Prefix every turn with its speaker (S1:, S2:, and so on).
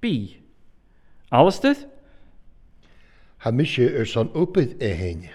S1: Bi. Alles dit?
S2: Ha misje er son opet ehenge.